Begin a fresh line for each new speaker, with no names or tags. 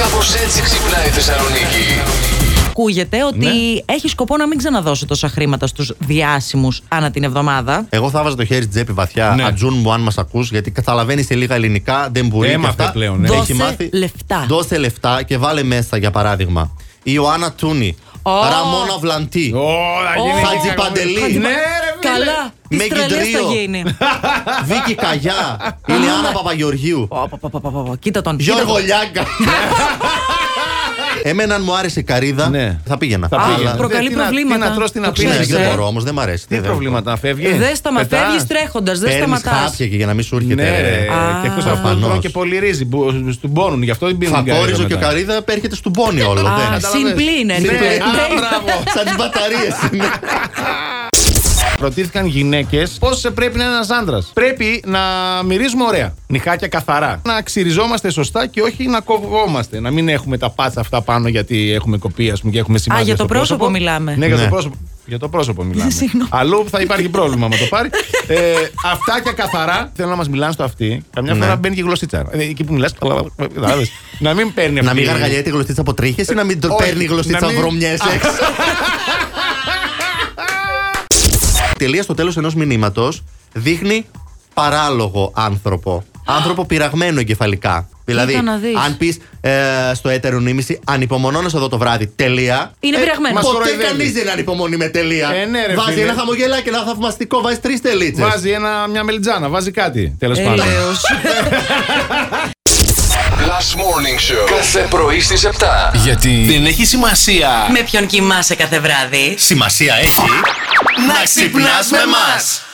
Κάπως έτσι ξυπνάει η Θεσσαλονίκη.
Ακούγεται ότι
Ναι.
έχει σκοπό να μην ξαναδώσει τόσα χρήματα στους διάσημους ανά την εβδομάδα.
Εγώ θα βάζω το χέρι στην τσέπη βαθιά.
Ναι.
Ατζούν μου, αν μας ακούς, γιατί καταλαβαίνεις σε λίγα ελληνικά, δεν μπορεί
Έμαθε
και αυτά.
πλέον, ναι.
Δώσε λεφτά.
Δώσε λεφτά και βάλε μέσα, για παράδειγμα. Η Ιωάννα Τούνη.
Ω.
Ραμόνα Βλαντή.
Ωρα,
Ω,
γίνει
Χατζη Παντελή.
κακομοίρα. Ναι, ρε, φίλε.
Καλά. Τι
Μέγι
τρελές θα
Ντρίο.
γίνει.
Βίκυ Καγιά. Ηλιάνα Παπαγεωργίου.
Ω, πω, πω, πω, πω, πω. Κοίτα τον. κοίτα
Γιώργο
τον.
Λιάγκα. Εμένα, αν μου άρεσε η καρίδα,
Ναι.
θα πήγαινα.
Θα
Α,
πήγαινα.
Αλλά-
προκαλεί
Τι να- τι να
προβλήματα.
τρως, τι να
Το
πίνεις,
Ναι,
ξέρεις,
ε.
δεν
ε.
μπορώ όμως, δεν μ' αρέσει.
Τι
δεν-
προβλήματα να φεύγεις.
Δεν σταμα,
Πετάς.
φεύγεις τρέχοντας, δεν
ε, Παίρνεις
σταματάς.
χάπια και για να μην σου έρχεται.
Ναι,
ρε.
ρε.
Α.
Και εκτό αυτού
Προφανώς.
τρώνε και πολύ ρύζι. που- Στον πόνουν, γι' αυτό δεν πίνουν.
Φακόριζο
καρύδα
και ο
μετά.
Καρίδα έρχεται στον πόνι όλο.
Α,
δεν-
συμπλή είναι.
Ναι,
λέει.
α,
Λέει.
μπράβο.
Σαν τις μπαταρίες είναι.
Ρωτήθηκαν γυναίκες πώς πρέπει να είναι ένας άντρας. Πρέπει να μυρίζουμε ωραία. Νυχάκια καθαρά. Να ξυριζόμαστε σωστά και όχι να κοβόμαστε. Να μην έχουμε τα πάτσα αυτά πάνω γιατί έχουμε κοπεί, ας πούμε, και έχουμε σημάδια.
για το
στο
πρόσωπο μιλάμε.
Ναι, για το
Ναι.
πρόσωπο. Για το πρόσωπο μιλάμε.
Συγγνώμη.
Αλλού θα υπάρχει πρόβλημα άμα το πάρει. ε, αυτά και καθαρά. Θέλω να μας μιλάνε στο αυτή. Καμιά
Ναι.
φορά μπαίνει και η γλωσσίτσα. Ε, Εκεί που μιλάς. να μην παίρνει αυτή.
Να μην γαργαλιέται η γλωσσίτσα από τρίχες ή να μην το
Ε, Όχι,
παίρνει η γλωσσίτσα
να μην-
βρωμιές έξω. Τελεία στο τέλος ενός μηνύματος δείχνει παράλογο άνθρωπο. Άνθρωπο πειραγμένο εγκεφαλικά. Δηλαδή,
να δεις.
αν πεις στο έτερο νήμιση, ανυπομονώ να σε δω το βράδυ. Τελεία.
Είναι πειραγμένο.
μας
Ποτέ
κοροϊδεύει.
κανείς δεν ανυπομονεί με τελεία.
Ε, ναι, ρε,
βάζει
φίλε.
ένα χαμογελάκι, ένα θαυμαστικό, βάζει τρεις τελίτσες.
Βάζει ένα, μια μελιτζάνα, βάζει κάτι.
Ε,
Τέλο πάντων.
Έλεος.
Last Morning Show. Κάθε πρωί στις 7.
Γιατί δεν έχει σημασία.
Με ποιον κοιμάσαι κάθε βράδυ.
Σημασία έχει
Να ξυπνάς με μας.